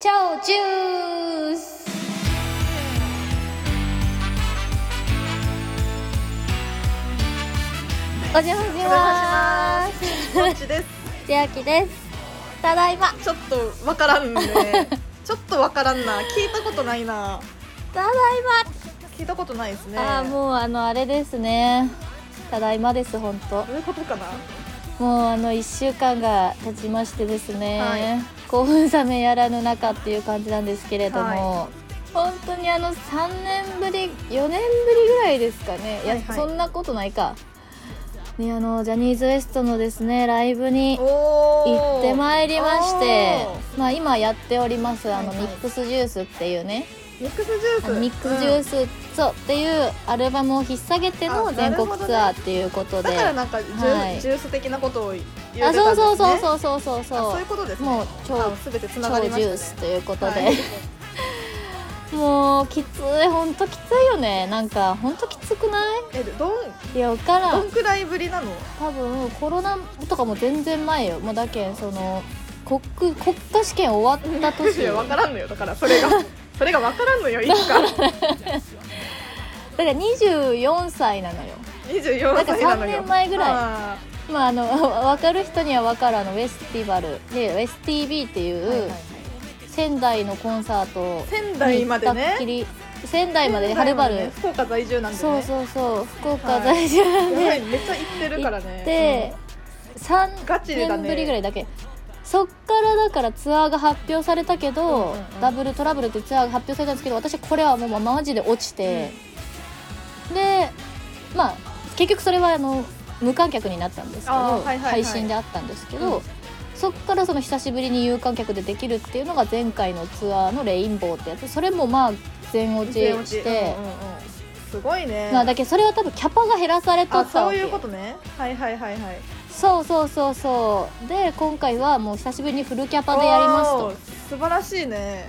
超ジュースお邪魔しますこっちです。千秋ですただいまちょっとわからんね。ちょっとわからんな。聞いたことないな。ただい聞いたことないですね。ま、ああもうあのあれですねただいまです本当どういうことかな。もうあの1週間が経ちましてですね、はい興奮冷めやらぬ中っていう感じなんですけれども、は本当にあの3年ぶり4年ぶりぐらいですかね、いはいやはいそんなことないか、ね、あのジャニーズ WEST のですねライブにお行ってまいりましておー、まあ、今やっておりますあのはいミはいックスジュースっていうね、ミックスジュあーのス。ミックスジュース。ス、そうっていうアルバムを引っ提げてのあ全国なるほどねツアーっていうことで、だからなんかジュ,、はいジュース的なことを言ってたんですね。あそうそうそうう。そうそうそうそうそういうことですね。もう超すべてつなが超ジりましたね。ュースということで、はいもうきついほんときついよねなんかほんときつくなえどんいいやわからどんんくらいぶりなの？多分コロナとかも全然前よもうだけんその国国家試験終わったい年やよわだかからんのよ。だからそれがそれがわからんのよ。い つから24歳なのよ二十四歳なのよ。なんか三年前ぐらいあまああの 分かる人には分かるあのウェスティバルでウェス TV っていー。はいはいうはい仙台のコンサート仙に台行まっでたっねき。り仙台まではるばる、仙台までね福岡在住なんでね。そうそうそう福岡在住なんで、やばいめっちゃ行ってるからねで、3ガチでだね年ぶりぐらいだけそっからだからツアーが発表されたけど、うんうんうんダブルトラブルってツアーが発表されたんですけど私これはもうマジで落ちて、でまあ結局それはあの無観客になったんですけど、あーはいはいはい配信であったんですけど、うんそっからその久しぶりに有観客でできるっていうのが前回のツアーの「レインボー」ってやつそれもまあ全落うんちして、うんうんうんすごいねまあ、だけどそれは多分キャパが減らされとあったそわうけいようことねはいはいはいはいそうそうそうそうで今回はもう久しぶりにフルキャパでやりますおとー素晴らしいね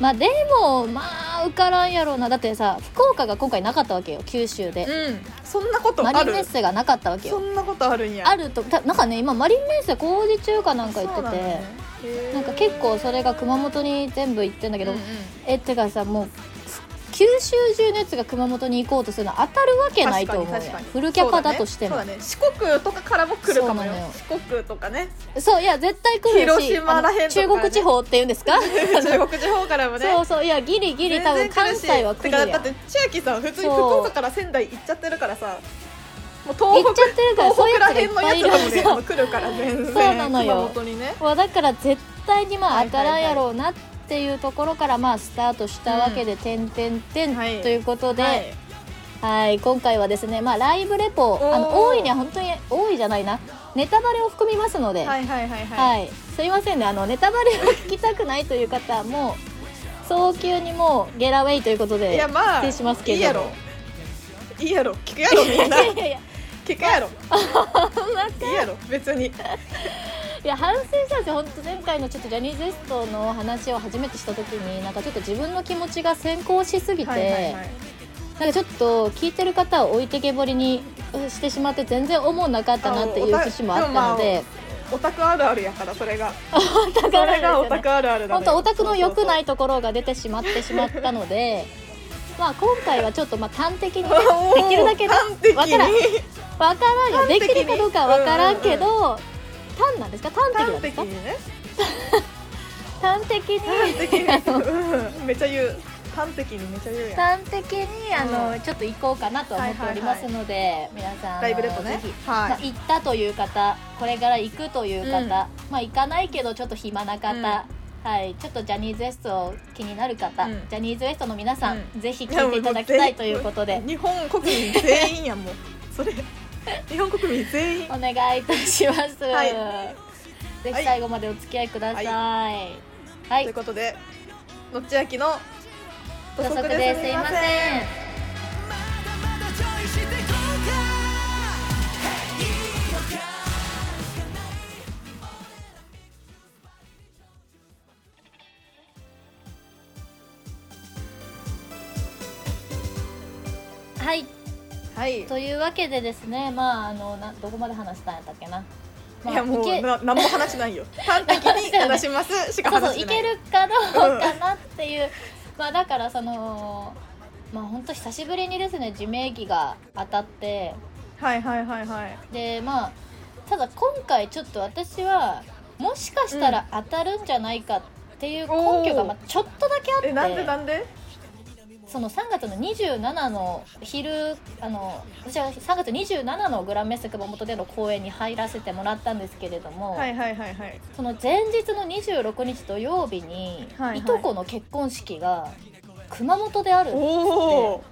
まあでもまあ受からんやろうなだってさ福岡が今回なかったわけよ九州でうんそんなことマあリンメるッセがなかったわけそよんなことあるんやあるるとたなんかね今マリンメッセ工事中かなんか行っててな,、んか結構それが熊本に全部行ってんだけど、えってかさもう九州中のやつが熊本に行こうとするのは当たるわけないと思う確よかにフルキャパだとしてもそうだねそうだね四国とかからも来るかもよそうなのよ四国とかねそういや絶対来るし広島らへんとかねあの中国地方っていうんですか中国地方からもねそうそういやギリギリ多分関西は来るやんてかだって千秋さん普通にそう福岡から仙台行っちゃってるからさもう行っ東ちゃってる北からそうい東うやつ北らがい辺っぱのやいいつるらもねそもうう来るから全然そうなのよ熊本にねまあだから絶対にまあはい当はいはたいらんやろうなっていうところからまあスタートしたわけで「てんてんてん」とはいいうことで、ははいい、今回はですね、まあ、ライブレポーあの大いには本当に多いじゃないなネタバレを含みますので、はいはいはいははいい、すいませんねあのネタバレを聞きたくないという方はもう早急にもうゲラウェイということでいやまあ失礼しますけいれいやどろもいいやろ聞くやろみん ないやいや聞く やろいいやろ別にいや反省したんですよ本当前回のちょっとジャニーズ WEST の話を初めてした時になんかちょっと自分の気持ちが先行しすぎて、なんかちょっと聞いてる方を置いてけぼりにしてしまって全然思うなかったなっていう節もあったのでオタクあるあるやからそれだがそられがでオすよタねクあるあるだ、本ね、当オタクの良くないいところが出てしまってしまったの でまあ今回はちょっとまあ端的にねできるだけね端的わからんにわからんよ端で的にきるかどうかはわからんけど単なんですか端的なんで端す的かにね端的に端的に、うん、めちゃ言う端的にめちゃ言うやん端的にあの、ちょっと行こうかなと思っておりますので、皆さんあのライブレポねぜひまあ、はい行ったという方これから行くという方、うんまあ行かないけどちょっと暇な方、うんはい、ちょっとジャニーズ WEST を気になる方、うんジャニーズ WEST の皆さん、うんぜひ聞いていただきたいということで日本国民全員やんもう それ日本国民全員お願いいたします、 はいぜはひい最後までお付き合いください、はいということでのっちあきの土足ですいませんはいはいというわけでですねまああのなどこまで話したんやったっけなまあいやもいうけな何も話ないよ端的に話しますしかそうそ話うしいてないけるかどうかなっていう、 まあだからそのまあ本当久しぶりにですね自明儀が当たってはいはいはいはいでまあただ今回ちょっと私はもしかしたら当たるんじゃないかっていう根拠がおーまあちょっとだけあってえなんでなんでその3月の27の昼あの私は3月27のグランメッセ熊本での公演に入らせてもらったんですけれども、はいはいはいはいその前日の26日土曜日に、はいいはいとこの結婚式が熊本であるおお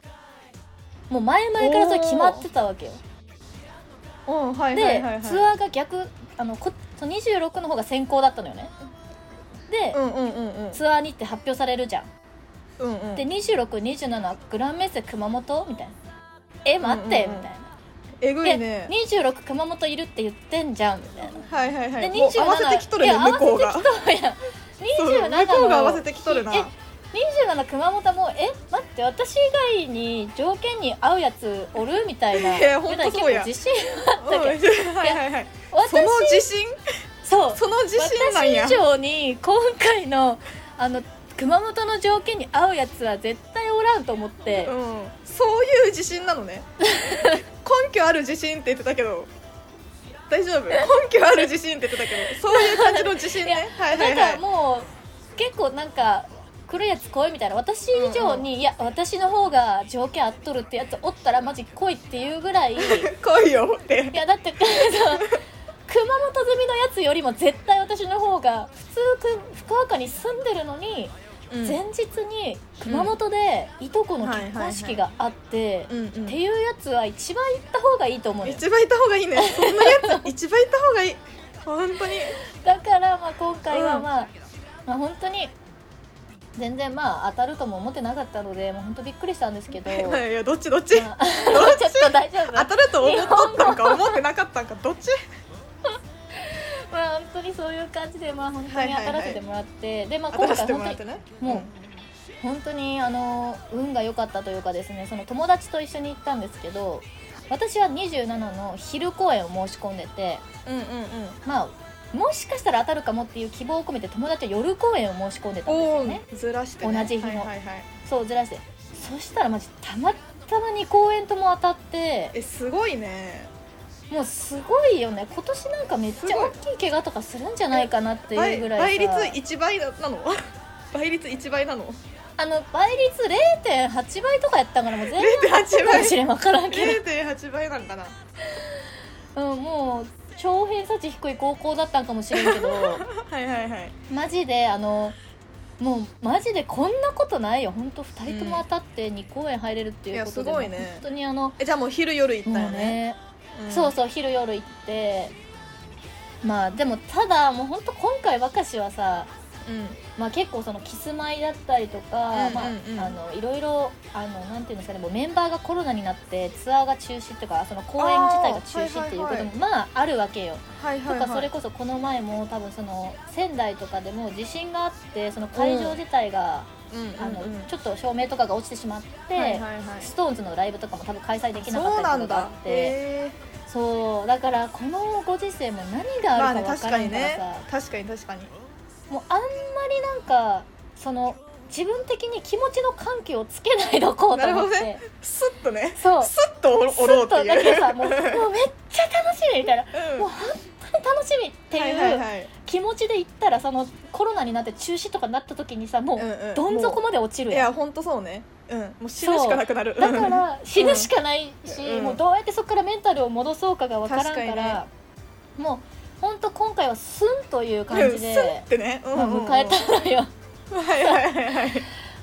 もう前々からそれ決まってたわけようんはいで、はいはいはいツアーが逆あのこその26の方が先行だったのよねで、うんうんうんうんツアーにって発表されるじゃんうんうんで2627はグランメッセ熊本みたいなえ待って、うんうんみうんたいなえぐで、いね26熊本いるって言ってんじゃんみたいな。はいはいはいでもう合わせてきとるいよや合向こうわがせてきとるやん。そう27の向こうが合わせてきとるなえ27熊本もえ待って私以外に条件に合うやつおるみたいな。いやほんとそう結や構自信あうっんたはけいど、はいはい私その自信そうその自信なんや私以上に今回のあの熊本の条件に合うやつは絶対おらんと思って。うんそういう自信な のね根拠ある自信って言ってたけど大丈夫根拠ある自信って言ってたけどそういう感じの自信いやねはいはないんはかいもう結構なんか来るやつ来いみたいな私以上に、いや私の方が条件合っとるってやつおったらマジ来いっていうぐらいい来いよってやだって そう熊本住みのやつよりも絶対私の方が普通く福岡に住んでるのに、うん前日に熊本でいとこの結婚式があって、うんうんっていうやつは一番行った方がいいと思うよ一番いた方がいいねそんなやつ一番いた方がいい本当にだからまあ今回はうんまあ、まあ本当に全然まあ当たるとも思ってなかったのでもう本当びっくりしたんですけど、まあ、いやどっちどっ ちちょ どっっと大丈ち夫 当たると思っとったんか思ってなかったんかどっちまあ本当にそういう感じでまあ本当に当たらせてもらって、でまあ当た今ら回せてもら本っ当てにねもう本当にあの運が良かったというかですねその友達と一緒に行ったんですけど私は27の昼公演を申し込んでてうんうんうんまあもしかしたら当たるかもっていう希望を込めて友達は夜公演を申し込んでたんですおよおねーずらしてね同じ日のはいはいはいそうずらしてそしたらマジたまたまに公演とも当たってえすごいねもうすごいよね今年なんかめっちゃ大きい怪我とかするんじゃないかなっていう倍ぐらい倍さ率1倍なの 倍率1倍なのあの倍率0.8倍とかやったからもう全然0.8かも倍しれん分からんけ0.8倍なんかなど、うん、もう超偏差値低い高校だったんかもしれんけ どはいはいはいマジであのもうマジでこんなことないよ本当2人とも当たって2公演入れるっていうことで、いやすごいね本当にあのもえじゃあもう昼夜行うったよねねそうそそう昼夜行ってまあでもただもうほんと今回若しはさ、うん、うん、まあ、結構そのキスマイだったりとかうんまうんうんああのいろいろあのなんていうんですかねもうメンバーがコロナになってツアーが中止っていうかその公演自体が中止っていうこあーはいはいとはもまああるわけよ。はいとはい、はかい、それこそこの前も多分その仙台とかでも地震があってその会場自体がうんうんうん、あのちょょっっと照明とかが落ちてしまっはいてはいはい、ストーンズのライブとかも多分開催できなかそうったなりとんかがあだっ、て。えそうだからこのご時世も何ー、まがああるねか分確かかんらにからさ、ね確かに確かにもうあんまりなんかその自分的に気持ちの緩急をつけないどこうとなる思ほっどて、ねスッとねそうスッとおろおろうってとだいけうさもうもうめっちゃ楽しみみたい なうんもう本当に楽しみってはいいはいうはい気持ちで言ったらそのコロナになって中止とかになった時にさもううんうんどん底まで落ちるいやんや本当そうねうんもう死ぬしかなくなるだかうんら死ぬしかないし、うんもうどうやってそこからメンタルを戻そうかが分からんから確かにねもう本当今回はスンという感じうんスッで、てね、うんまあ、うんうん迎えたのよ。 はいはいはいはい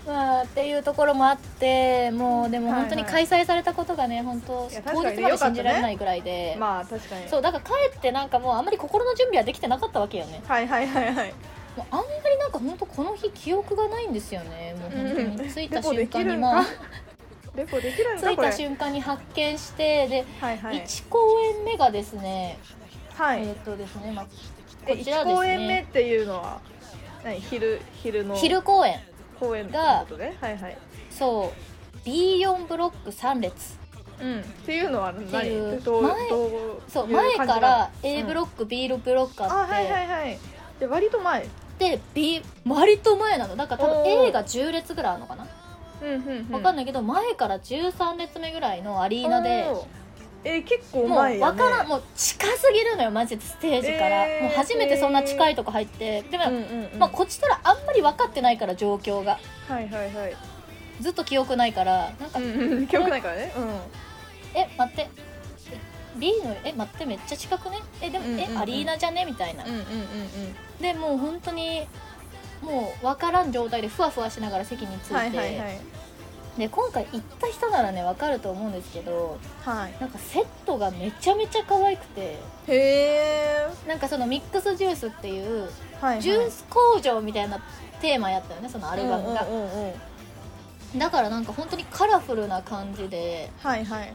まあ、っていうところもあってもうでも本当にはいは開い催されたことがね本当いや当確かに日ねまで信じられないぐらいで、まあ確かにそうだからかえってなんかもうあんまり心の準備はできてなかったわけよねはいはいはいはいもうあんまりなんか本当この日記憶がないんですよねもう本当にうん着いたレポ瞬でき間るにんまあかレポできるん着だいこれた瞬間に発見してで、はいはい1公演目がですね、はえいっ、とですね、まあ、えこち1らです公演目っねていうのは何昼昼の昼公演公演ってことねはいはいそう B4 ブロック3列うん、っていうのは何っていうどう前どうそうい感前じなのから A うんブロック、B ブロックああって、はいはいはいで割と前で B 割と前なのだから多分おー A が10列ぐらいあるのかなうんうん、うん、わかんないないけど前から13列目ぐらいのアリーナでえー結構もう前分やねからんもう近すぎるのよマジでステージから、えーもう初めてそんな近いとこ入ってでも、うんうんうんまあ、こっちとらあんまり分かってないから状況がはいはいはいずっと記憶ないからなんか「うんうん記憶ないからねうえ待ってえ B のえ待ってめっちゃ近くねえでも、うんうんうんえアリーナじゃね?」みたいな、んうんうんうんでもう本当にもう分からん状態でふわふわしながら席に着いて、はいはいはいで今回行った人ならね分かると思うんですけどはいなんかセットがめちゃめちゃ可愛くてへえなんかそのミックスジュースっていうはいはいジュース工場みたいなテーマやったよねそのアルバムが、うんうんうんうんだからなんか本当にカラフルな感じではいはい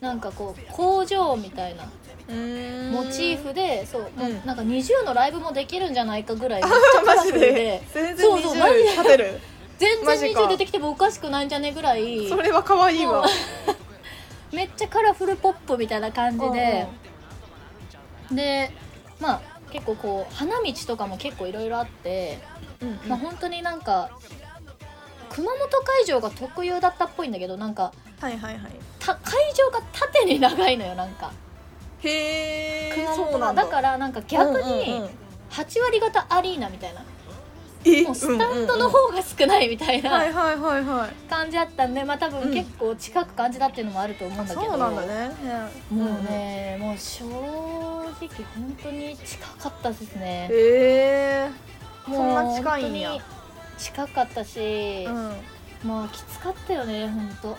なんかこう工場みたいなモモチーフでそう、もううんなんか NiziU のライブもできるんじゃないかぐ らいめっちゃカマラフジルでで全然そうそうマジ20で立てる全マジ然か NiziU 出てきてもおかしくないんじゃねぐらいそれは可愛いわめっちゃカラフルポップみたいな感じで、でまあ結構こう花道とかも結構いろいろあって、うんうんまあ本当になんか熊本会場が特有だったっぽいんだけどなんかはいはいはいた会場が縦に長いのよなんかへえ熊本のだからなんか逆に8割型アリーナみたいな、えもうスタンドの方が少ないみたいはないはいはいはい感じだったんでまあ多分結構近く感じたっていうのもあると思うんだけど、そうなんだねもうね、もう正直本当に近かったですねへえもうそんな近いんや本当に近かったし、うんもうきつかったよね本当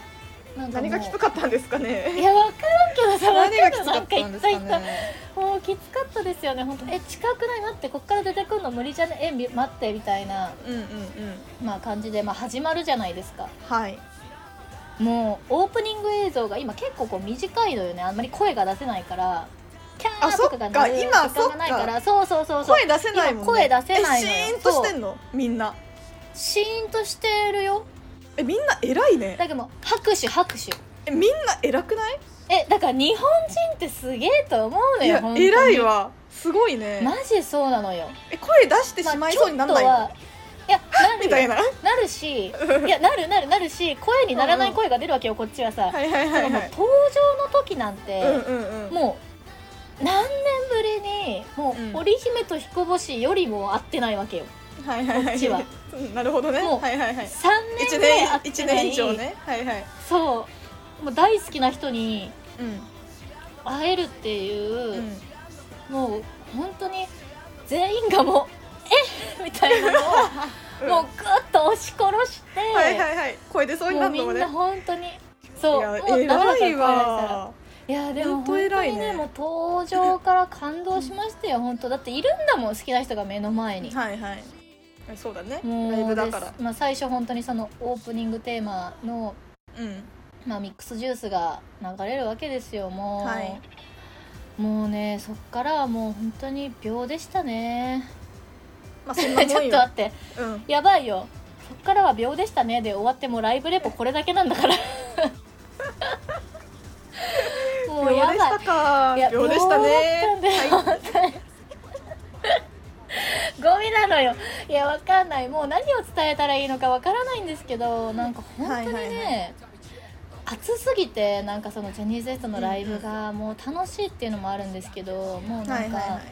なんかも何うがきつかったんですかいねやわからんけどさわ何がきるつかったんですかなんか言った言っねたもうきつかったですよね本当え近くない待ってこっから出てくるの無理じゃねえみ待ってみたいな、うんうんうんまあ、感じで、まあ、始まるじゃないですかはいもうオープニング映像が今結構こう短いのよねあんまり声が出せないからキャあーそとっかかが鳴る時今間がないからそうそうそうそう声出せないもんね今声出せないのよえシーンとしてんのみんなシーンとしてるよえみんな偉いねだけどもう拍手拍手えみんな偉くないえだから日本人ってすげえと思うのいよや本当に偉いわすごいねマジそうなのよえ声出してしまいそうにならないの、まあちょっとはいやなるみたいよななるしいやなるなるなるし声にならない声が出るわけよこっちはさ、はいはいはいはいでももう登場の時なんうんて、うんうんもう何年ぶりにもうんう織姫と彦星よりも会ってないわけよはいはいはこっいちはうんなるほどねもうはいはいはい3年一ぐらい年会っ一てない年以上ねはいはいそうもう大好きな人にうん会えるっていう、うんもう本当に全員がもう 「えみたいなのをもうグッと押し殺して、はいはいはい声出そうにもなうるのみもんねな本当にそうやもう生で偉い声出したらわいやでも本本当当に偉いねねもう登場から感動しましたよ本当だっているんだもん好きな人が目の前に。はいはいえそうだねもうライブだからですまあ、最初本当にそのオープニングテーマの、うんまあ、ミックスジュースが流れるわけですよもう、はいもうねそっからはもう本当に秒でしたね まあそちんなょっともんよ待ってうんやばいよそっからは秒でしたねで終わってもうライブレポこれだけなんだから もう秒でやばいしたか秒でしたね秒だったんだよゴミなのよいやわかんないもう何を伝えたらいいのかわからないんですけどなんか本当にね、はいはいは暑すぎてなんかそのジャニーズ X のライブがもう楽しいっていうのもあるんですけどもうはないんはいはかい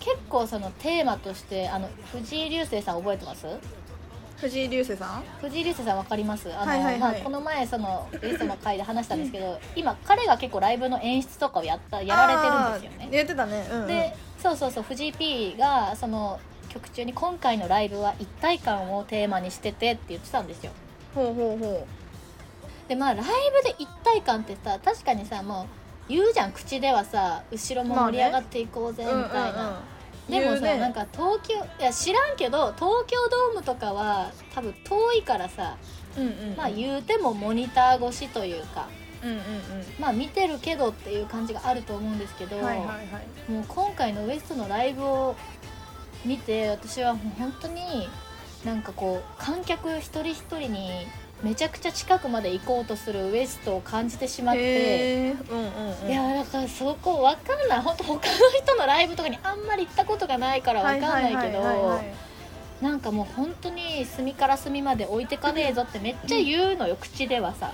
結構そのテーマとしてあの藤井流星さん覚えてます藤井流星さん藤井流星さんわかりますあの、はいはいはいまあ、この前そのゲストの回で話したんですけど今彼が結構ライブの演出とかをやったやられてるんですよねやってたねうんうんでそうそうそう藤井 P がその曲中に今回のライブは一体感をテーマにしててって言ってたんですよほうほうほでまあライブで一体感ってさ確かにさもう言うじゃん口ではさ後ろも盛り上がっていこうぜうみうんうんうんたいなでも言うさねなんか東京いや知らんけど東京ドームとかは多分遠いからさうんうんうんまあ言うてもモニター越しというかうんうんまあ見てるけどっていう感じがあると思うんですけど、うんはいはいはいもう今回のウエストのライブを見て私はもう本当になんかこう観客一人一人にめちゃくちゃ近くまで行こうとするウエストを感じてしまって。へえうんうんうんいやだからそこわかんない本当他の人のライブとかにあんまり行ったことがないからわかんないけはいはいはいどはいはいなんかもう本当に隅から隅まで置いてかねえぞってめっちゃ言うのよ口ではさ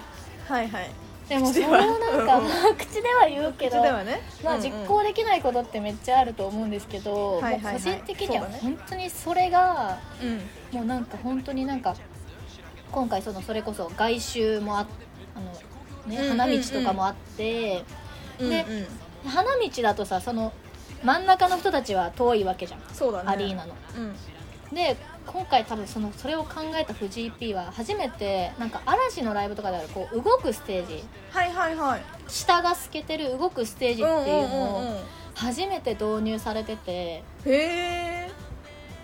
はいはいでも口そでれをはなんかうんうんまあ口では言うけ 口どではねまあ、実行できないことってめっちゃあると思うんですけど、はいはいはいもう個人的にはそうだね本当にそれがうんうんもうなんか本当になんか今回そのそれこそ外周もああの、うんうんね、うん花道とかもあって、うんでうんうん花道だとさその真ん中の人たちは遠いわけじゃん、そうだねアリーナの。うんで今回多分そのそれを考えた藤井 P は初めてなんか嵐のライブとかであるこう動くステージはいはいはい下が透けてる動くステージっていうのを初めて導入されてて。へえ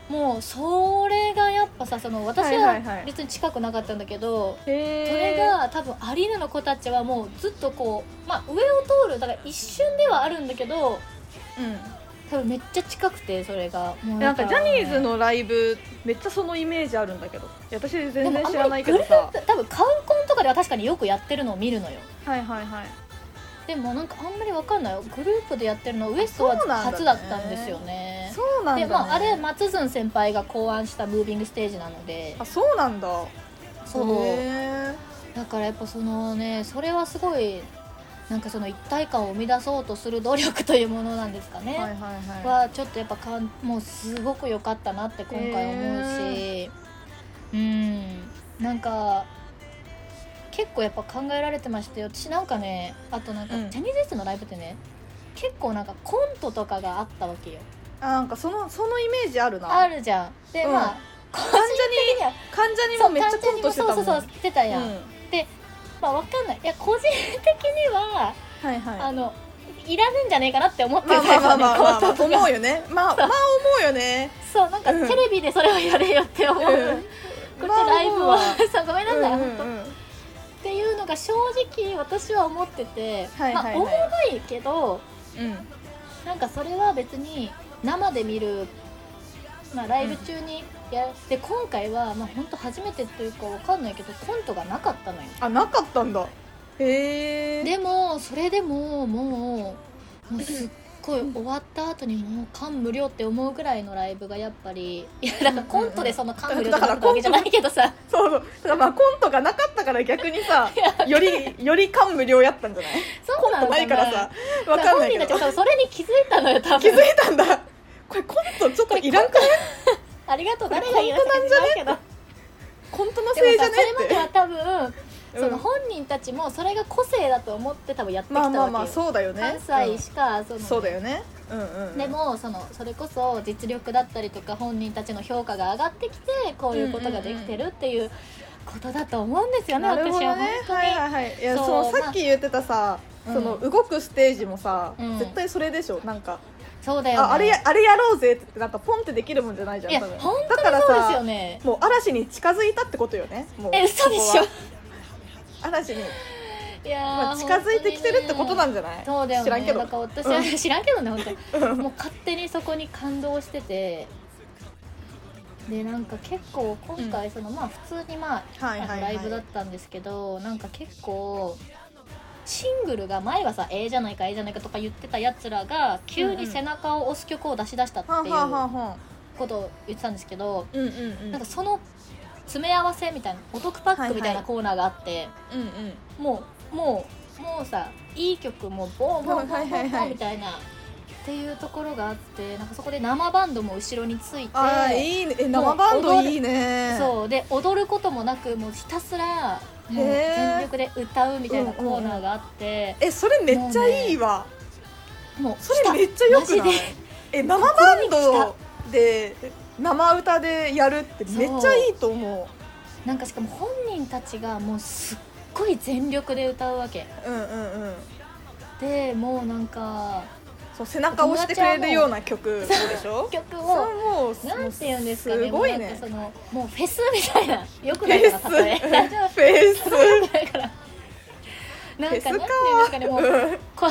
もうそれがやっぱさその私ははいはいはい別に近くなかったんだけど、へえそれが多分アリーナの子たちはもうずっとこう、まあ、上を通るだから一瞬ではあるんだけど多分めっちゃ近くてそれがもううんなんかジャニーズだのライブめっちゃそのイメージあるんだけどいや私全からね然でも知あらんまなりいグルけどさープ多分カウンコンとかでは確かによくやってるのを見るのよはいはいはいでもなんかあんまりわかんないグループでやってるのウエストはそうなんだね初だったんですよねそうなんだ、ね、でまああれ松潤先輩が考案したムービングステージなのであそうなんだそうへだからやっぱそのねそれはすごいなんかその一体感を生み出そうとする努力というものなんですかえね、はいはいははちょっとやっぱかんもうすごく良かったなって今回思うし、うんなんか結構やっぱ考えられてまして私なんかねあとなんかうんジャニーズ S のライブってね、結構なんかコントとかがあったわけよいあなんかそのそのイメージあるなあるじゃんで、うんまあ個人的には患者にそもうめっちゃコントしてたもんそうそうそうしてたやん、うんまあわかんないいや個人的にははいはいあのいらねえんじゃねえかなって思ってまるあまタイプなんであまあ まあまコあ、ントとか思うよねまあまあ思うよねそうなんかうんテレビでそれをやれよって 思う、うんこっちライブは、 まあそうごめんな思うさい、わ本当っていうのが正直私は思ってて、はいはまいはいあ、おもろいけどうんうんうんなんかそれは別に生で見る、まあ、ライブ中にやって、今回は、まあ、本当初めてというかわかんないけどコントがなかったのよあなかったんだへえでもそれでももうもうすっごい終わった後にもう感無量って思うぐらいのライブがやっぱりいやだからコントでその感無量ってなったわけじゃないけどさそうそうだからまあコントがなかったから逆 にさよりより感無量やったんじゃないそうコなンのトかないからさだわらかんな本い人けたちもど多分それに気づいたのよ多気づ分いたんだこれコントちょっといらんくないありがとう誰が言うこれなんじゃねけどコントのせいでもじさゃねそれまでっては多分うんその本人たちもそれが個性だと思って多分やってきたまあわけよ、まあまあそうだよね関西しかその、うんそうだよねうんうんでもそのそれこそ実力だったりとか本人たちの評価が上がってきてこういうことができてるっていうことだと思うんですよね、なるほ私どはね本当に、はいはいはいいやそうそのまあさっき言ってたさ、うんその動くステージもさ、うん絶対それでしょなんか、そうだよねああれやあれやろうぜってなんかポンってできるもんじゃないじゃんいや多分本だからそうですよさねもう嵐に近づいたってことよねもうえ嘘でしここはょ嵐に、いやー、まあ、近づいてきてるってことなんじゃない、本当にねそうだよね知らんけどだから私は、う知らんけどね本当に うんもう勝手にそこに感動しててでなんか結構今回その、まあ普通にまあはいあはのいラはいイブだったんですけどなんか結構シングルが前はさ「ええじゃないかええじゃないか」とか言ってたやつらが急に背中を押す曲を出し出したっていはんはんはうんはんことを言ってたんですけどうんうんうんなんかその詰め合わせみたいなお得パックみたいはいはないコーナーがあってうんうんもうもうもうさいい曲もボンボンボはいンはボいンはボいンみたいなっていうところがあってなんかそこで生バンドも後ろについてあーいいねえ生バンドいいねそうで踊ることもなくもうひたすらもうへー全力で歌うみたいなコーナーがあって、えそれめっちゃいいわ、もうそれめっちゃよくマないジでえ生バンドで生歌でやるってめっちゃいいと思なんかしかも本人たちがもうすっごい全力で歌うわけううんうんうんでもうなんかそう背中を押してくれるような曲でしょ曲そをれもうなんて言うんですかねすごいもうなんねかそのもうフェスみたいなよくフないェかスなフ例え大丈夫ェスだからなんかフなんェスかていうんですかねもう うんこ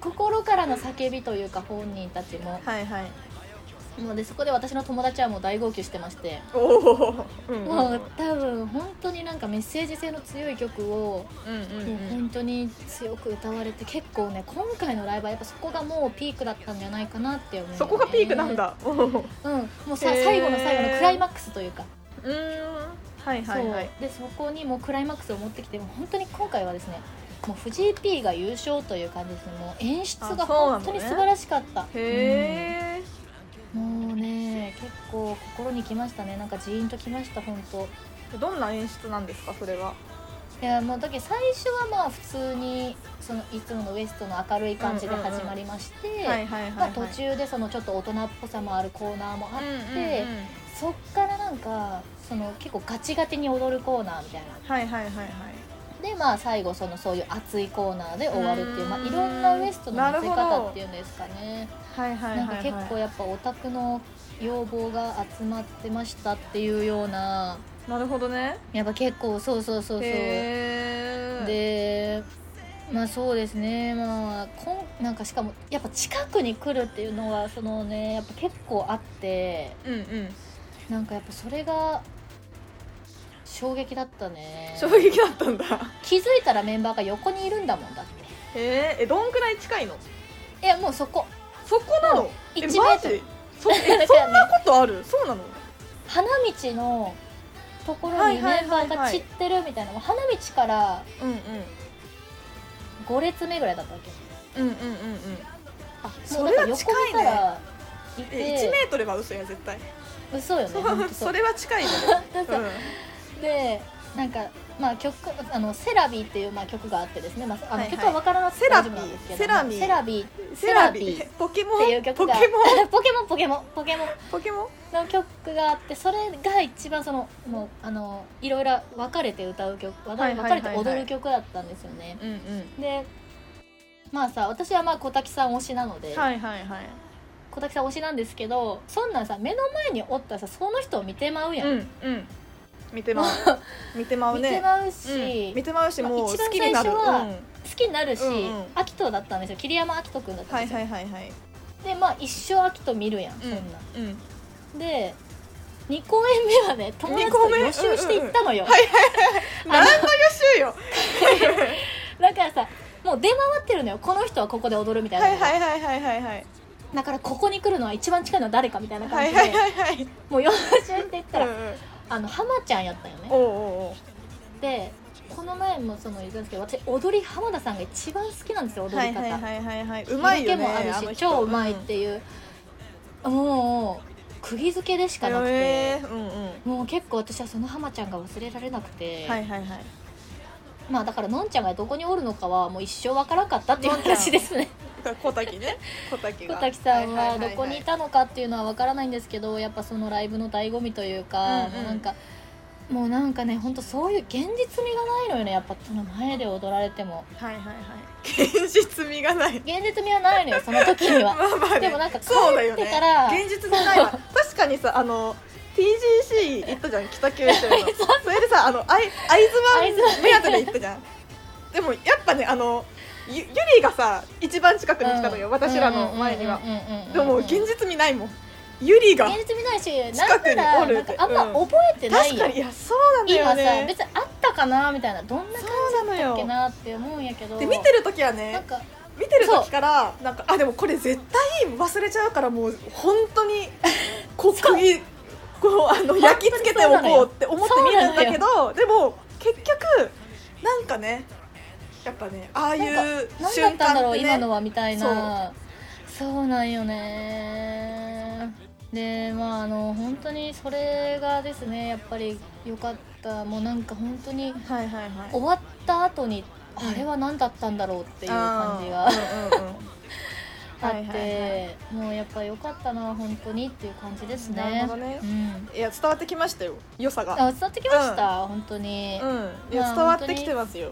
心からの叫びというか本人たちもはいはいもうでそこで私の友達はもう大号泣してまして、おおうんもう多分本当になんかメッセージ性の強い曲をうんうんもううん本当に強く歌われて結構ね今回のライブはやっぱそこがもうピークだったんじゃないかなって思う、ね、そこがピークなんだうんうんうんもうさへー最後の最後のクライマックスというかはいはいはいそうでそこにもうクライマックスを持ってきてもう本当に今回はですねもう藤井 P が優勝という感じですねもう演出があそうなの本ね当に素晴らしかった、へえうんもうね結構心にきましたねなんかジーンときました本当どんな演出なんですかそれはいやもうだけど最初はまあ普通にそのいつものウエストの明るい感じで始まりまして、はいはいまはあ、い途中でそのちょっと大人っぽさもあるコーナーもあっうんて、うんうんそっからなんかその結構ガチガチに踊るコーナーみたいなはいはいはいはいでまあ最後そのそういう熱いコーナーで終わるっていううーんまあ、いろんなウエストの見せなるほ方どっていうんですかねはいはいなんはかいはい結構やっぱオタクの要望が集まってましたっていうようななるほどねやっぱ結構そうそうそうそう。へえでまあそうですねまあこんなんかしかもやっぱ近くに来るっていうのはそのねやっぱ結構あってうんうんなんかやっぱそれが衝撃だったね衝撃だったんだ気づいたらメンバーが横にいるんだもんだってへええどんくらい近いのいやもうそこそこなのえ1メートルマジ そえだかそらんねなことあるそうなの花道のところはにいはいメはいンバはいーが散ってるみたいな、もう花道からうんうん5列目ぐらいだったわけうんうんうんうんあそれは近い横ね見たらいえ1てメートルは嘘や絶対嘘よねほんとそれは近いよね なんかでなんかまあ曲あのセラビーっていうまあ曲があってですね、まあ、あのはいはい曲はわからなくてセラ大ビ丈夫なーんですけどセラビーセラビーっうんセラビセラビポケモていンう曲ポがケモ ンポケモンポケモンポケモンポケモンの曲があってそれが一番そのもうあのいろいろ分かれて歌う曲分かはいれは分いはいかはいれて踊る曲だったんですよね、うんうんでまあさ私はまあ小滝さん推しなので、はいはいはい小滝さん推しなんですけどそんなんさ目の前におったらさその人を見てまうやん、うんうん見てま う見てまう見てねまうし、うん見てまうしまあもう一番好きになるう最ん初ははい好きになるし、うんうんアキトだったんですよ桐山アキトくんだったんはでいすよ、はいはいでまあ一生アキト見るやん、そんなうんで2公演目 はね友達と予習していったのよ、何の予習よだからさもう出回ってるのよこの人はここで踊るみたいな、はいはいはいはいはいはいだからここに来るのは一番近いのは誰かみたいなは感じいで、はいはいはいもう予習していったら、うんうんあの浜ちゃんやったよおねうおうおうでこの前もその言ったんですけど私踊り浜田さんが一番好きなんですよ踊り方、はいはいはいはいはいうまいよね色気もあるあのし人超うまいっていう、もう釘付けでしかなくて、へーうんうんもう結構私はその浜ちゃんが忘れられなくて、はいはいはいまあだからのんちゃんがどこにおるのかはもう一生わからんかったっていう話ですね 小滝ね小滝小が滝さんはどこにいいたのかっていうのはわからないんですけどやっぱそのライブの醍醐味というか、うんうんもうなんかもうなんかねほんとそういう現実味がないのよねやっぱその前で踊られてもはいはいはい現実味がない現実味はないのよその時にはまあまあねでもなんか帰そうだよっねてから、現実じゃないわ確かにさあの TGC 行ったじゃん北九州 のそれでさあのあい会津会津湾湾目当てで行ったじゃんでもやっぱねあのゆゆりがさ一番近くに来たのよ、うん私らの前には、うんうんうんうんうんでも現実味ないもんゆりが現実見ないしな近んくにならおるなっんてかあんま覚えてない確よ、かにいやそうな今さんだよね別にあったかなみたいなどんな感そうなのじだっけよなって思うんやけどで見てる時はなんねか見てる時からなんかあでもこれ絶対忘れちゃうからもう本当 にこ釘こうあの焼き付けておこうって思って見るんだけどでも結局なんかねやっぱねああいなう何だっ瞬たんだ間ろっう、て今ねのはみたいなそうなんよねでまああの本当にそれがですねやっぱり良かったもうなんか本当にはいはいはい終わった後にあれは何だったんだろうっていう感じがあー うんうんうんあっはいはいはてもうやっぱ良かったな本当にっていう感じですね。なるほどねうんいいや伝わってきましたよ良さがあ伝わってきました、本当にう、んいやまあ伝わってきてますよ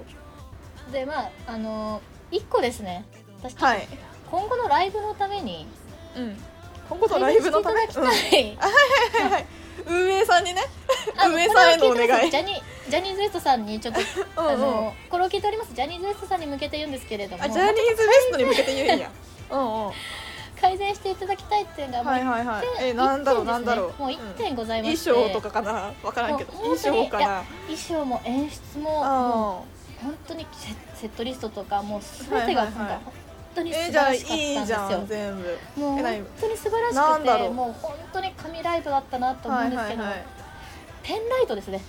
でまああの1個ですね私、はい今後のライブのためにうん今後のライブのため改善していただきたい、うんはいはい運営さんにねあの 運営さんへのお願いこれを聞いてますジャニージャニーズ WEST さんにちょっとうんあうんのこれを聞いておりますジャニーズ WEST さんに向けて言うんですけれどもあジャニーズ WEST に向けて言うんや。うんうん。改改善していただきたいっていうのがもうはいはいはい一点えなんだろう一点ですねなんだろうもう一点ございま衣して、装とかかなわからんけどもう衣本当に装かいな衣装も演出ももあう本当にセセットリストとかもう全てがはい今はいは回い本当にえ素晴じゃあらいしかったんでいすじよ、ゃん全部もう本え何当に素晴らしなんだくろてうもう本当に神ライブだったなと思うはんいですはけいど、はいペンライトですね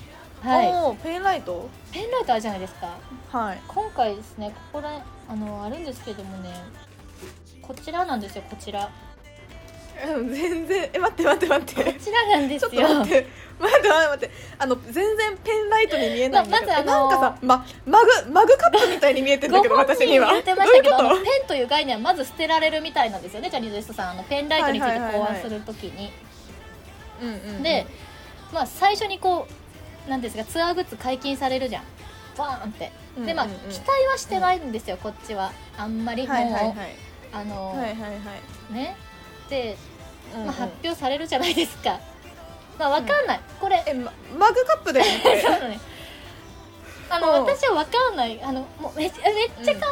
はいおーペンライトペンライトあるじゃないですかはい 今回ですねここらあのあるんですけどもねこちらなんですよこちらうん全然え待って待って待っこてちらなんでちすょっとよ待って待って待って待ってあの全然ペンライトに見えないんだけままずど、あえのなんかさ、ま、マグマグカップみたいに見えてんだごけど本私人には言ってましたけどどうあいうのこペンという概念はまず捨てられるみたいなんですよねジャニーズ WEST さんあのペンライトについて考案するときに、と、うんうんうんで、まあ、最初にこうなんですがツアーグッズ解禁されるじゃんバーンってでまあうんうんうん期待はしてないんですよ、こっちはあんまりもう、はいはいはいあの、はいはいはいねで、うんうんまあ、発表されるじゃないですか、まあわかんない、これえ、ま、マグカップだよね これそうだねあのうん私はわかんないあのもうめっちゃめっちゃ可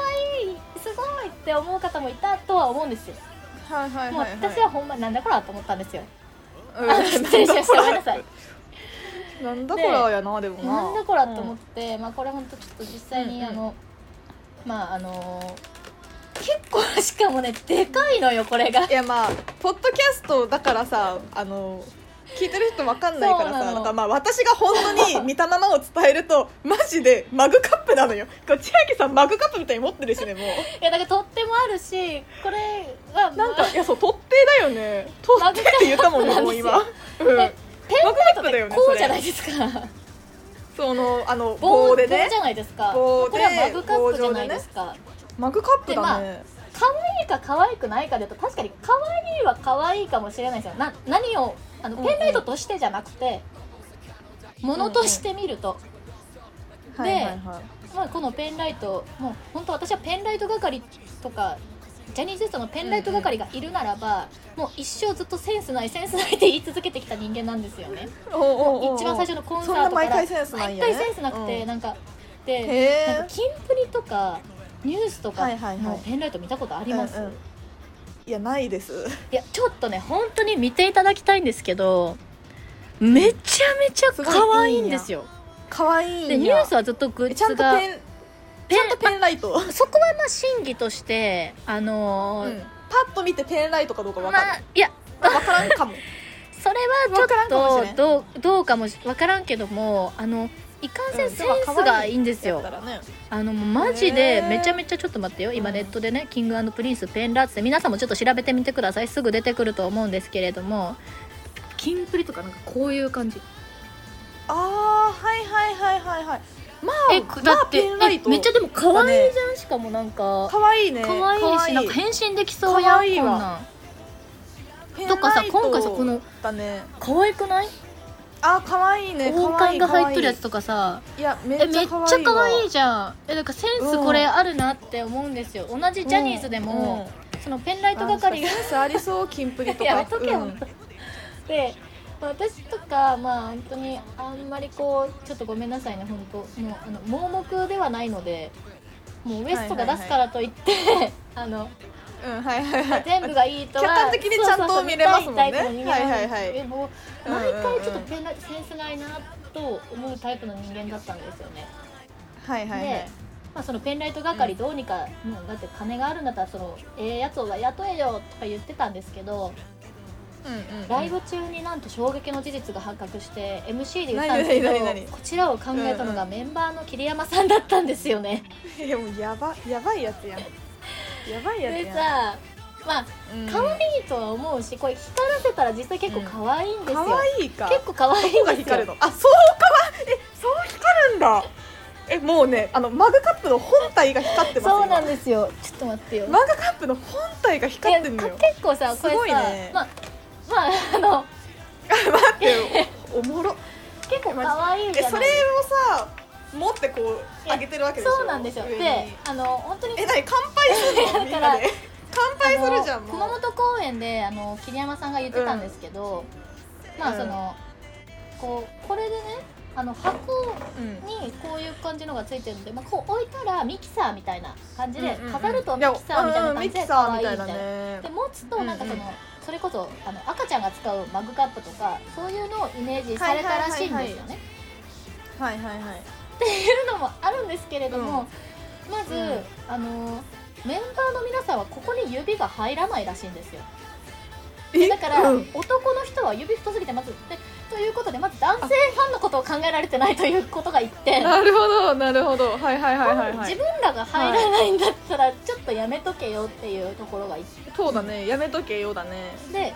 愛い、すごいって思う方もいたとは思うんですよはいはいもうはい私はほんまなんだこらと思ったんです よ。うんあ失礼しましたごめんなさいなんだこらやなでもななんだこらと思って、まあこれ本当ちょっと実際にうんうんあの、まああの結構しかもねでかいのよこれがい。やまあポッドキャストだからさあの聞いてる人わかんないからそうなさのなんかまあ私が本当に見たままを伝えるとマジでマグカップなのよこう千秋さんマグカップみたいに持ってるしね もういやだから取っ手もあるしこれはなんまかあいやそう取っ手だよね取っ手って言ったもんねも う今、うんマ、えペンライトマグカップだよってねこそうれじゃないですか。そのあの棒 棒ででね棒ねじゃないですか棒でこれはマグカップじゃないですか、マグカップだね、可愛いか可愛くないかで言うと確かに可愛いは可愛いかもしれないですよな何をあのうんうんペンライトとしてじゃなくて、ものとして見ると、まあはいはいはいまあ、このペンライトもう本当私はペンライト係とかジャニーズ WEST のペンライト係がいるならば、もう一生ずっとセンスないセンスないって言い続けてきた人間なんですよねおうおうおう一番最初のコンサそんーなトから毎回センスない毎よね回センスなくて、うんなんかでへーなんかキンプリとかニュースとかはいはいはいのペンライト見たことあります、うんうんいやないですいやちょっとね本当に見ていただきたいんですけどめちゃめちゃ可愛いんですよ可愛いんやでニュースはずっとグッえちゃズんとがペンちゃんとペンライト、そこはまあ審議としてあのーうんパッと見てペンライトかどうかわまかる、あいやあ、分からんかもそれわからんかもはしちょれっんとどうどうかもしわからんけどもあのいかんせうんんセンスがいいんですよ、やったらねあのもうマジでねえめちゃめちゃちょっと待ってよ今うんネットでね、キングプリンスペンラーツで皆さんもちょっと調べてみてくださいすぐ出てくると思うんですけれどもキンプリとかなんかこういう感じああはいはいはいはいはいまえだあって、まあ、ペンライえトめっちゃでも可愛いじゃん、しかもなんか可愛いね可愛いしなんか変身できそうや可ん愛いこんわなんとかさペンライト今回さこのだね可愛くないあ可愛いね王可冠愛いが入っとるやつとかさ可愛いいやめっえめっちゃち可ゃ愛いわ可愛いじゃんえだからセンスこれあるなって思うんですよ同じジャニーズでも、うんそのペンライトあ係がセンスありそうキンプリとか やめとけよ、う本ん当でまあ私とかまあ本当にあんまりこうちょっとごめんなさいね本当もうあの盲目ではないのでもうウエストが出すからといって、 あのうんはいはいはい全部がいいとは客観的にちゃんそうとそうそう見れますもんね見たいタイプの人間なんですはいはいはいえもううんうん毎うん回ちょっとペンライトセンスないなと思うタイプの人間だったんですよねはいはいはいでまあ、そのペンライト係どうにか、もうだって金があるんだったらそのええやつを雇えよとか言ってたんですけどうんうんうんライブ中になんと衝撃の事実が発覚して MC で言ったんですけ何何何ど何こちらを考えたのがメンバーの桐山さんだったんですよね。いやもうやばやばいやつやんやばいやつでやんさまあうん可愛いとは思うしこれ光らせたら実際結構可愛いんですよ。可愛いか結構可愛いどこんがですよ光るのあそうかえそう光るんだえもうねあのマグカップの本体が光ってますよそうなんですよちょっと待ってよ。マグカップの本体が光ってんのいやよか結構さこれすごいさ、ねまあまああの 待ってよおもろ結構可愛いえじゃないそれをさ持ってこう上げてるわけでしょそうなんですよ上にであの本当にえ何乾杯するのみんだかならで乾杯するじゃあのんもう熊本公演であの桐山さんが言ってたんですけど、まあうんその、こうこれでねあの箱うんにこういう感じのがついてるので、まあ、こう置いたらミキサーみたいな感じでうんうんうん飾るとミキサーみたいな感じで可愛いみたいな。ねで持つとなんかその、うんうんそれこそあの赤ちゃんが使うマグカップとかそういうのをイメージされたらしいんですよね。はいはいはいっていうのもあるんですけれども、まず、うんあのメンバーの皆さんはここに指が入らないらしいんですよ。えだから、うん男の人は指太すぎてまずでということでまず男性ファンのことを考えられてないということが一点、なるほどなるほどはいはいはいはいは自い分らが入らないんだったらちょっとやめとけよっていうところが一点そうだねやめとけようだねで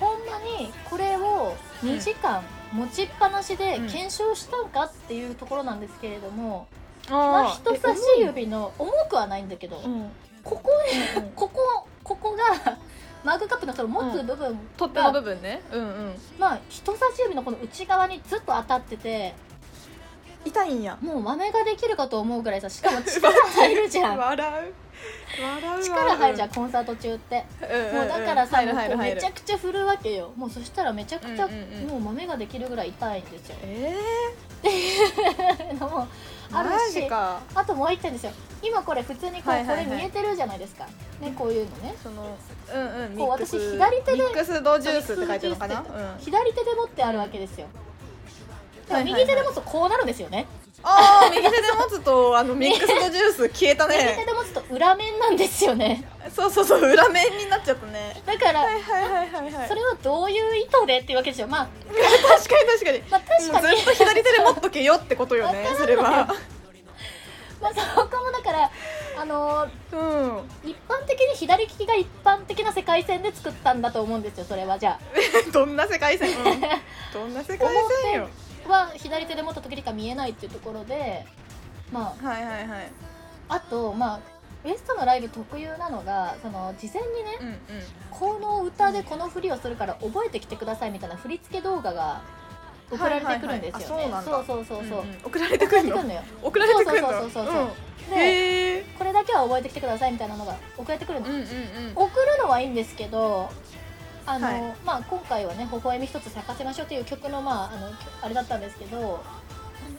ほんまにこれを2時間持ちっぱなしでうん検証したんかっていうところなんですけれども、まあ、あー人差し指の重くはないんだけど、え重いうんここうんここここがマグカップのその持つ部分取っ手の部分ねうんうんまあ人差し指のこの内側にずっと当たってて痛いんやもう豆ができるかと思うぐらいさしか も力入るじゃん笑う笑う力入るじゃんコンサート中ってもうだからさ、入もるう入こるう入めるちゃくちゃ振るわけよもうそしたらめちゃくちゃ、うんうんうんもう豆ができるぐらい痛いんですよえのもー、あるマしジかあともう一点ですよ今これ普通にこう、はいはいはいこれ見えてるじゃないですかねこういうのねそのうんうんこうミックス私左手でミックスドジュースって書いてるのかな、うん、左手で持ってあるわけですよではもいはいはい右手で持つとこうなるんですよね、ああ右手で持つとあ のミックスドジュース消えた右手ねで持つと裏面なんですよねそうそうそう裏面になっちゃったねだから、はいはいはいはいはいそれはどういう意図でっていうわけですよまあ、確かに確かにまあ、確かにもうずっと左手で持っとけよってことよねわからそないれはまあ、そこもだから、あのーうん一般的に左利きが一般的な世界線で作ったんだと思うんですよそれはじゃ どんな世界線、うん、どんな世界線よあは左手で持った時にしか見えないっていうところでまはいはいはいああとまあウエストのライブ特有なのがその事前にねうんうんこの歌でこの振りをするから覚えてきてくださいみたいな振り付け動画が送られてくるんですよね、はいはいはいあそうなんだそうそうそうそう、んん送られてくる送られてくるののよ送られてくるのそうそうそうそうそううんでへえこれだけは覚えてきてくださいみたいなのが送られてくるんうでんす、うんうん送るのはいいんですけどあの、はいまあ、今回はね「微笑み一つ咲かせましょう」っていう曲の,、まあ、あのきあれだったんですけど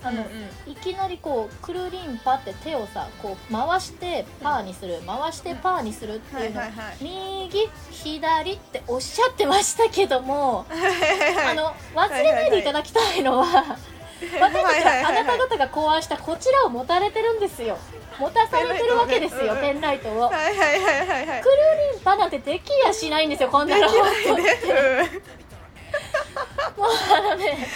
あの、うんうんいきなりこうくるりんぱって手をさこう回してパーにする回してパーにするってはいいうの、はいはい右左っておっしゃってましたけども、ああの忘れないでいただきたいのは。 私たちはあなた方が考案したこちらを持たれてるんですよ持たされてるわけですよペペンライトをはいはいはいはいはいクルリンパなんてできやしないんですよこんでなのきないね もうあのね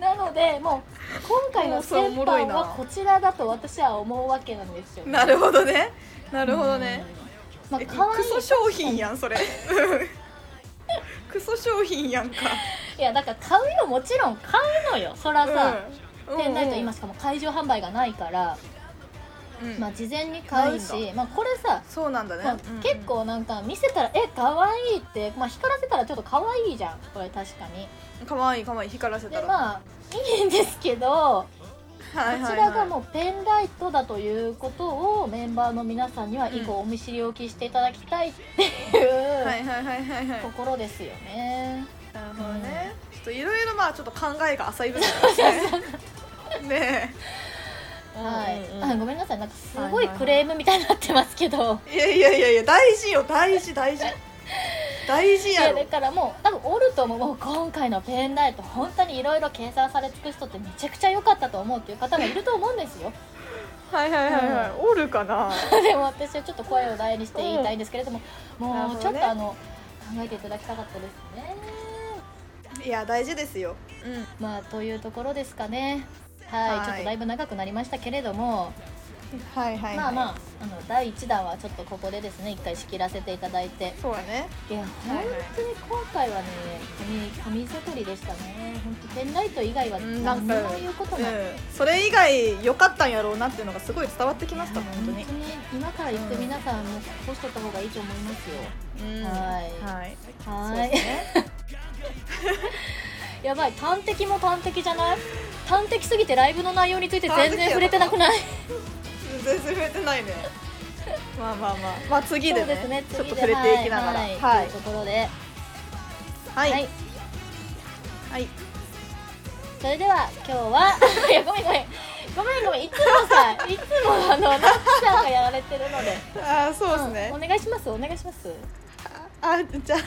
なのでもう今回の先般はこちらだと私は思うわけなんですようんなるほどねなるほどねまあえ可愛クいソ商品やんそれうんクソ商品やんかいやだから買うよもちろん買うのよそらさ、うんペンライト今しかも会場販売がないから、うんうんまあ、事前に買うないし、まあ、これさそうなんだねまあうんうん結構なんか見せたら「え可愛いって、まあ、光らせたらちょっと可愛いじゃんこれ確かにかわいいかわいい光らせでたらまあいいんですけどこはいはいはいちらがもうペンライトだということをメンバーの皆さんには以降お見知りおきしていただきたいっていう、はいはいはいはいはいところですよねなるほどねちょっといろいろまあちょっと考えが浅い部分ですね ねえはい、うんうんあうんごめんなさいなんかすごいクレームみたいになってますけど、いやいやいやいや大事よ大事大事大事いややろだからもう多分オルトももう今回のペンライト本当にいろいろ計算され尽くすとってめちゃくちゃ良かったと思うっていう方もいると思うんですよ はいはいはいはい、おるかなでも私はちょっと声を大にして言いたいんですけれども、なるもほうどねちょっとあの考えていただきたかったですねいや大事ですよ、うん、まあというところですかねはい、はいちょっとだいぶ長くなりましたけれども、はいはい、はい、まあまああの第1弾はちょっとここでですね一回仕切らせていただいてそうやねいやはいは本い当に今回はね紙紙作りでしたね本当ペンライト以外はうんなん何かも言うことない、うん、それ以外良かったんやろうなっていうのがすごい伝わってきましたいや本当に、今から行く皆さんもこうしとった方がいいと思いますよ、うんはいはいはそうーい、ですねやばい端的も端的じゃない端的すぎてライブの内容について全然触れてなくない全然触れてないねまあまあまあまあ次でそうねですねちょっ次とで触れていきながらはい、ははいい、というところでははいい、はい、それでは今日は いやごめんごめんごめんごめんいつもさいつもあのなっちゃんがやられてるのであーそうですね、うんお願いしますお願いしますあじ ゃあ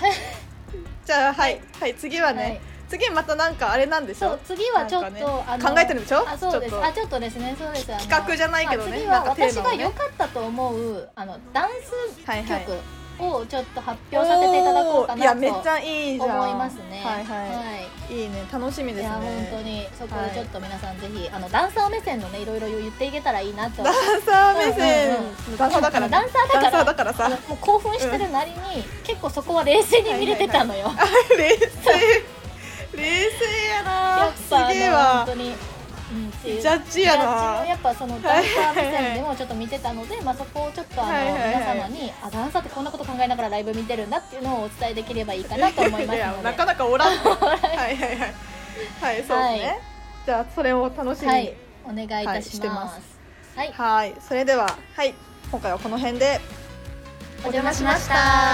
じゃあはいはい次はね、はい次またなんかあれなんでしそょう次はちょっと、なんかねあの考えてるんでしょあそうですちょっとあちょっとですねそうですあの企画じゃないけどねまあなんかテ次は私ーマをがね良かったと思うあのダンスはいはい曲をちょっと発表させていただこうかおーいやなめっちとゃいいじゃん思いますねはいはい、い、いね楽しみいですやね本当にそこをちょっと皆さんぜひ、あのダンサー目線のねいろいろ言っていけたらいいなとダンサー目線、うんうんうんダンサーだから、ね、ダンサーだからダンサーだからあのさもう興奮してるなりに、結構そこは冷静に見れてたのよ、あ冷静冷静ややなっぱすげえあのわ本当に、うん、っていうジャッジやなジャッジもやっぱそのダンサー目線でもちょっと見てたので、まあ、そこをちょっとあの、はいはいはい皆様にあダンサーってこんなこと考えながらライブ見てるんだっていうのをお伝えできればいいかなと思いますのでやなかなかお らんねはいはいはいはいそうですね、はいじゃあそれを楽しみに、はいお願いいたしまはす、はい、はい、それでは、はい、今回はこの辺で。お邪魔しました